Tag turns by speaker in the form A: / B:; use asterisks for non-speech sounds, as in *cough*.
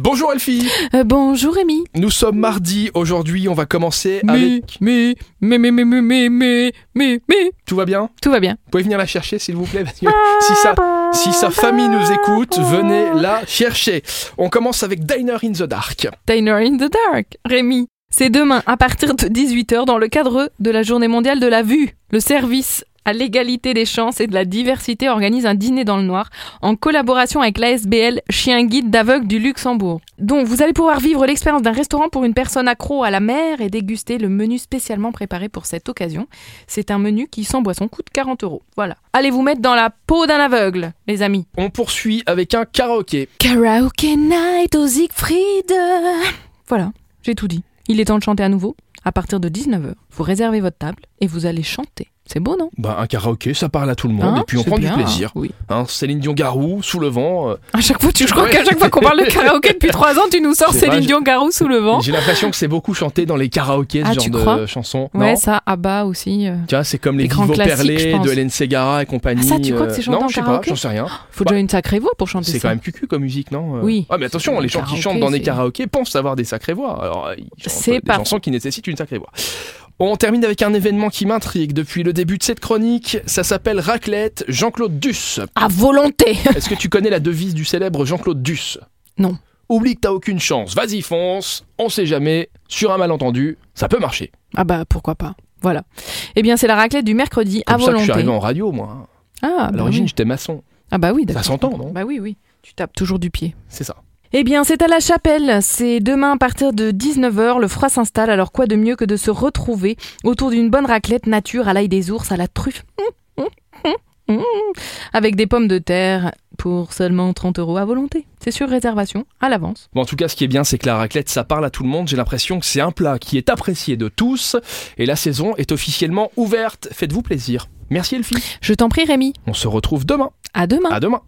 A: Bonjour Elfie
B: Euh, bonjour Rémi.
A: Nous sommes mardi, aujourd'hui on va commencer
B: Mais,
A: avec...
B: mais, mais, mais, mais, mais, mais, mais, mais, mais,
A: Tout va bien
B: tout va bien.
A: Vous pouvez venir la chercher s'il vous plaît parce que si, sa, si sa famille nous écoute, venez la chercher. On commence avec Diner in the Dark.
B: Diner in the Dark, Rémi. C'est demain à partir de 18h dans le cadre de la Journée mondiale de la vue. Le service à l'égalité des chances et de la diversité organise un dîner dans le noir en collaboration avec l'ASBL Chien Guide d'Aveugle du Luxembourg. Donc vous allez pouvoir vivre l'expérience d'un restaurant pour une personne accro à la mer et déguster le menu spécialement préparé pour cette occasion. C'est un menu qui sans boisson coûte 40 euros. Voilà. Allez vous mettre dans la peau d'un aveugle, les amis.
A: On poursuit avec un karaoké.
B: Karaoke Night au Siegfried. Voilà, j'ai tout dit. Il est temps de chanter à nouveau. À partir de 19h, vous réservez votre table et vous allez chanter. C'est beau, non
A: Bah, un karaoké, ça parle à tout le monde
B: Hein
A: et puis on
B: C'est
A: prend
B: bien,
A: du plaisir.
B: Oui.
A: Hein, Céline Dion-Garou, Sous le vent. euh,
B: À chaque fois, tu, je crois
A: Ouais.
B: qu'à chaque fois qu'on parle de karaoké
A: *laughs*
B: depuis 3 ans, tu nous sors
A: C'est vrai,
B: Céline
A: je-
B: Dion Garou sous le vent.
A: J'ai l'impression que c'est beaucoup chanté dans les karaokés, ce
B: Ah, tu
A: genre de
B: crois
A: chansons.
B: Ouais,
A: Non
B: ça, Abba aussi. euh.
A: tu vois, c'est comme les,
B: Les grands
A: Divo
B: classiques, je
A: Perlés
B: pense.
A: de Hélène Ségara et compagnie.
B: Ah, ça, tu crois que c'est
A: euh,
B: chanté
A: Non,
B: en
A: je sais pas,
B: karaoké
A: j'en sais rien.
B: Faut
A: Bah,
B: déjà une sacrée voix pour chanter
A: C'est quand
B: ça.
A: même cucu comme musique, non Euh,
B: Oui.
A: Ah, mais attention,
B: C'est
A: les gens qui
B: karaoké,
A: chantent dans des
B: c'est-
A: karaokés pensent avoir des sacrées voix. Alors, euh, ils chantent
B: C'est
A: euh, des
B: pas-
A: chansons qui nécessitent une sacrée voix. On termine avec un événement qui m'intrigue depuis le début de cette chronique. Ça s'appelle Raclette Jean-Claude
B: *laughs*
A: Duss.
B: À volonté.
A: Est-ce que tu connais la devise du célèbre Jean-Claude Duss
B: Non.
A: Oublie que t'as aucune chance. Vas-y, fonce. On sait jamais. Sur un malentendu, ça peut marcher.
B: Ah bah pourquoi pas. Voilà. Eh bien, c'est la raclette du mercredi
A: Comme
B: à
A: ça que je suis
B: volonté.
A: arrivé en radio, moi. hein.
B: Ah,
A: À
B: bah
A: l'origine,
B: oui.
A: j'étais maçon.
B: Ah bah oui,
A: Ça
B: d'accord.
A: s'entend, non
B: Bah oui, oui. Tu tapes toujours du pied.
A: C'est ça.
B: Eh bien, c'est à la chapelle. C'est demain à partir de 19h. Le froid s'installe. Alors, quoi de mieux que de se retrouver autour d'une bonne raclette nature à l'ail des ours, à la truffe. Hum, hum, hum, hum. Avec des pommes de terre pour seulement 30 euros à volonté. C'est sur réservation, à l'avance.
A: Bon, en tout cas, ce qui est bien, c'est que la raclette, ça parle à tout le monde. J'ai l'impression que c'est un plat qui est apprécié de tous. Et la saison est officiellement ouverte. Faites-vous plaisir. Merci Elfie.
B: Je t'en prie, Rémi.
A: On se retrouve demain.
B: À demain.
A: À demain.